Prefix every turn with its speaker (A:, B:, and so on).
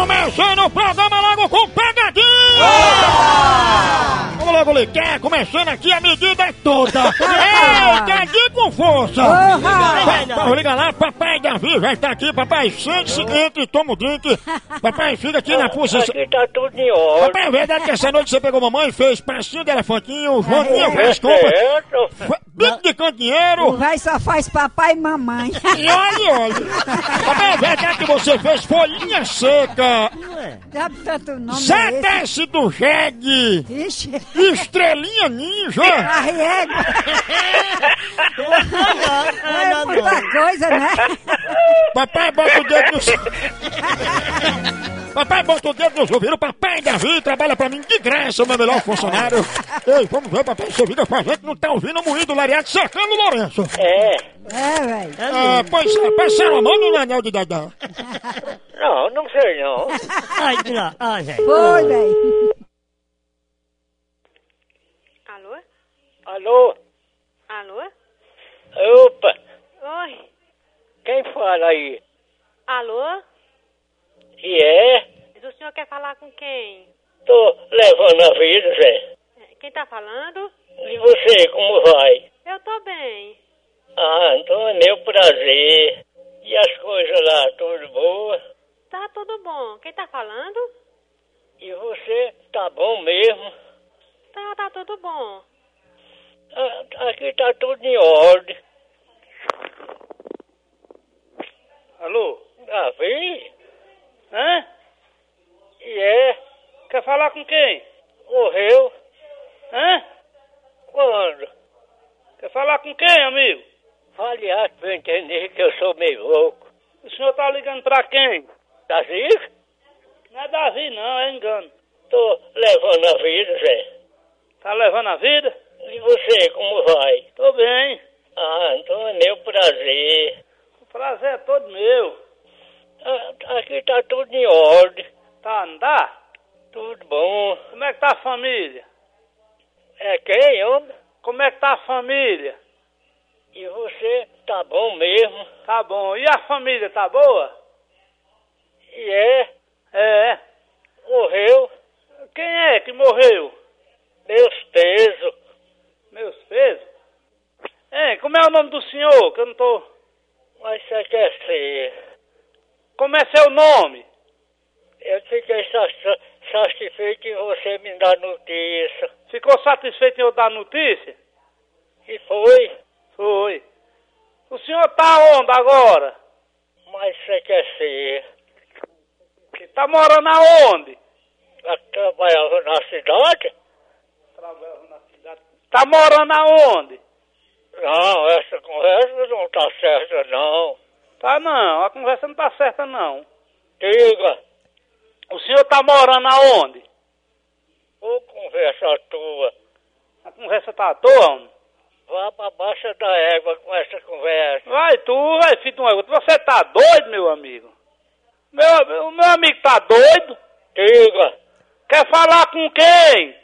A: Começando o programa logo com pegadinha! Vamos logo ligar, começando aqui a medida é toda! Eita, aqui com força!
B: Ah!
A: Pa- pa- Liga lá, papai Davi já está aqui, papai, sente-se quente, toma o drink, papai, fica aqui na posição...
C: Aqui tá tudo em ordem.
A: Papai, é verdade que essa noite você pegou mamãe, fez passinho de elefantinho, Joaninha
B: É,
A: fez compra,
C: Certo?
A: fa- bico de
B: O
A: cantinheiro,
B: véi só faz papai e mamãe.
A: e olha, olha, papai, é verdade que você fez folhinha seca,
B: Sabe tanto nome é esse?
A: Zé do jegue...
B: Ixi,
A: Estrelinha Ninja!
B: carrego. É muita coisa, né?
A: Papai bota o dedo no. seu- Papai bota o dedo no ouvido, papai Davi trabalha pra mim de graça, meu melhor funcionário. Ei, vamos ver, papai, seu vídeo pra gente não tá ouvindo o moinho do lariado cercando o Lourenço.
C: É.
B: É, véi.
A: Ah, pois é, passaram a mão no anel de Dadá.
C: Não, não sei não.
D: Ai, que lá, ai, velho.
B: Foi, véi.
E: Alô?
C: Alô?
E: Alô?
C: Opa!
E: Oi?
C: Quem fala aí?
E: Alô?
C: E é?
E: Mas O senhor quer falar com quem?
C: Tô levando a vida, Zé.
E: Quem tá falando?
C: E você, como vai?
E: Eu tô bem.
C: Ah, então é meu prazer. E as coisas lá, tudo boa?
E: Tá tudo bom. Quem tá falando?
C: E você, tá bom mesmo?
E: Tá, tá tudo bom.
C: Ah, aqui tá tudo em ordem. Alô? Davi? Hã? E é? Quer falar com quem? Morreu. Hã? Quando? Quer falar com quem, amigo? Fale alto pra eu entender que eu sou meio louco. Tá O senhor tá ligando pra quem? Davi? Não é Davi, não, é engano. Tô levando a vida, Zé. Tá levando a vida? E você, como vai? Tô bem. Ah, então é meu prazer. O prazer é todo meu. Aqui tá tudo em ordem. Tá, não tá? Tudo bom. Como é que tá a família? É quem, homem? Como é que tá a família? E você, tá bom mesmo? Tá bom. E a família, tá boa? E é? É. Morreu. Quem é que morreu? Meus pesos. Meus pesos? É, como é o nome do senhor? Que eu não tô. Mas assim, você quer ser? Como é seu nome? Eu fiquei sa- satisfeito em você me dar notícia. Ficou satisfeito em eu dar notícia? E foi? Foi. O senhor tá onde agora? Mas é assim, você quer ser? Tá morando aonde? Trabalhava na cidade? Tá morando aonde? Não, essa conversa não tá certa, não. Tá não, a conversa não tá certa, não. Diga. O senhor tá morando aonde? Ô, conversa tua. A conversa tá à toa, homem? Vá pra baixa da égua com essa conversa. Vai tu, vai, filho de uma égua. Você tá doido, meu amigo? Meu, o meu amigo tá doido? Diga. Quer falar com quem? é